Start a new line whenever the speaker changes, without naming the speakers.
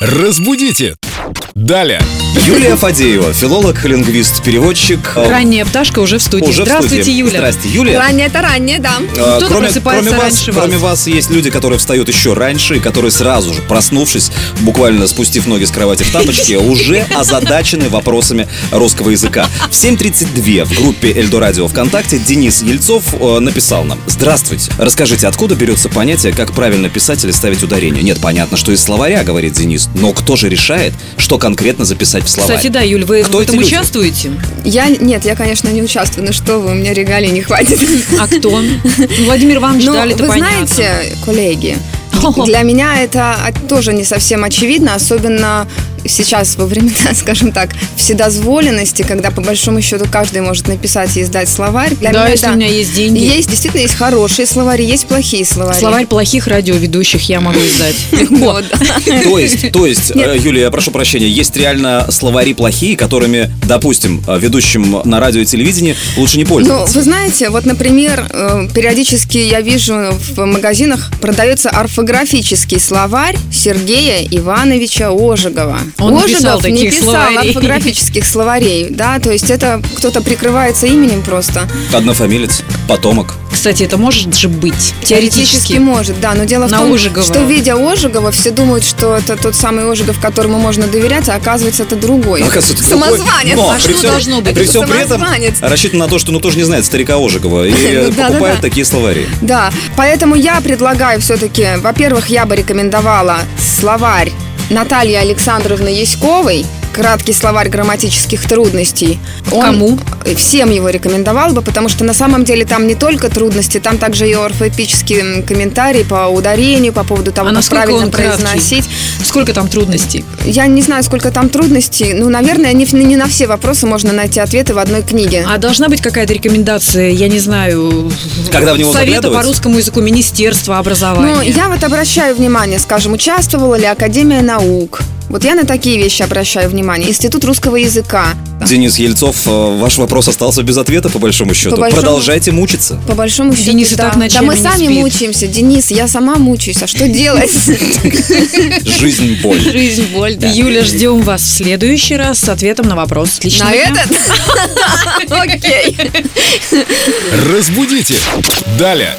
Разбудите! Далее!
Юлия Фадеева, филолог, лингвист, переводчик. Э,
Ранняя пташка уже в студии.
Уже в
Здравствуйте,
студии.
Юля.
Здрасте, Юлия.
Раннее это раннее, да.
Э,
Кто-то просыпается
кроме вас,
раньше вас.
кроме вас есть люди, которые встают еще раньше и которые сразу же, проснувшись, буквально спустив ноги с кровати в тапочке, уже озадачены вопросами русского языка. В 7.32 в группе Эльдорадио ВКонтакте Денис Ельцов э, написал нам «Здравствуйте, расскажите, откуда берется понятие, как правильно писать или ставить ударение? Нет, понятно, что из словаря, говорит Денис, но кто же решает, что конкретно записать в словарь?»
Кстати, да, Юль, вы
А Кто
в
эти
этом
люди?
участвуете?
Я, нет, я, конечно, не участвую, ну что вы, у меня регалий не хватит.
А кто? Ну, Владимир Иванович
Ну,
дали, это
вы
понятно.
знаете, коллеги, для меня это от- тоже не совсем очевидно, особенно сейчас во времена, скажем так, вседозволенности, когда по большому счету каждый может написать и издать словарь. Для
Да,
меня
если
это-
у меня есть деньги.
Есть, действительно, есть хорошие словари, есть плохие словари.
Словарь плохих радиоведущих я могу издать.
Легко.
То есть, то есть, э, Юлия, я прошу прощения, есть реально словари плохие, которыми, допустим, э, ведущим на радио и телевидении лучше не
Ну,
пользоваться.
вы знаете, вот, например, э, периодически я вижу в магазинах продается орфографический словарь Сергея Ивановича Ожегова.
Он не
Ожегов
писал
не
таких
писал
словарей.
орфографических словарей, да, то есть это кто-то прикрывается именем просто.
Однофамилец, потомок.
Кстати, это может же быть. Теоретически.
может, да, но дело в
На
том,
Ожегова.
что видя Ожегова, все думают, что это тот самый Ожегов, которому можно доверять, а оказывается это другой.
Оказывается, Ну, это другой.
Самозванец.
Но
А
при
что
всем-
должно быть?
При всем при этом
Самозванец.
рассчитано на то, что ну тоже не знает старика Ожегова и э,
Ну да, да,
покупает
да.
такие словари.
Да, поэтому я предлагаю все-таки, во-первых, я бы рекомендовала словарь Натальи Александровны Яськовой, краткий словарь грамматических трудностей.
Кому?
Всем его рекомендовал бы, потому что на самом деле там не только трудности, там также и орфоэпические м, комментарии по ударению, по поводу того,
А
как
насколько
правильно
он краткий?
произносить.
Сколько там трудностей?
Я не знаю, сколько там трудностей. Ну, наверное, не, в- не на все вопросы можно найти ответы в одной книге.
А должна быть какая-то рекомендация, я не знаю,
Когда в него
совета по
заглядывать?
русскому языку Министерства образования.
Ну, я вот обращаю внимание, скажем, участвовала ли Академия наук. Вот я на такие вещи обращаю внимание. Институт русского языка.
Денис Ельцов, э, ваш вопрос остался без ответа, по большому счету.
большому-
Продолжайте мучиться.
По большому счету,
Денис и
да.
так ночами
да мы
не
сами
спит.
мучаемся, Денис, я сама мучаюсь, а что делать?
Жизнь боль.
Жизнь, боль, Юля, ждем вас в следующий раз с ответом на вопрос. Отлично.
На этот? Окей.
Разбудите! Далее!